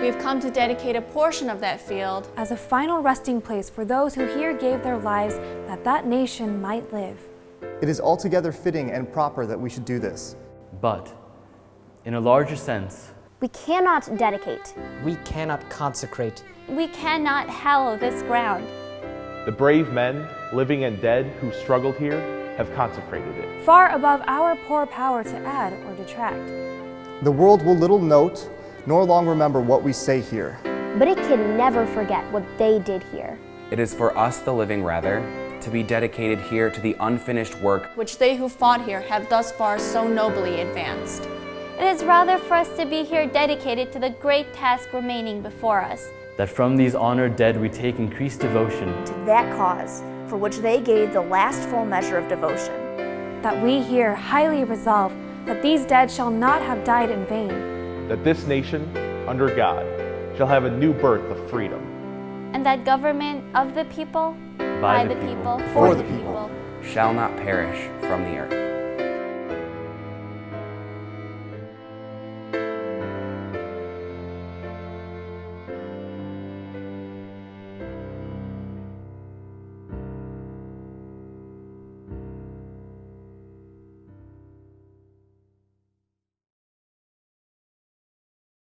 We have come to dedicate a portion of that field as a final resting place for those who here gave their lives that that nation might live. It is altogether fitting and proper that we should do this. But, in a larger sense, We cannot dedicate, we cannot consecrate We cannot hallow this ground. The brave men, living and dead, who struggled here have consecrated it. Far above our poor power to add or detract. The world will little note nor long remember what we say here. but it can never forget what they did here. It is for us, the living, rather, to be dedicated here to the unfinished work which they who fought here have thus far so nobly advanced. It is rather for us to be here dedicated to the great task remaining before us. that from these honored dead we take increased devotion To that cause for which they gave the last full measure of devotion, That we here highly resolve that these dead shall not have died in vain. That this nation, under God, shall have a new birth of freedom. And that government of the people, By the people. for, For the the people. people. shall not perish from the earth.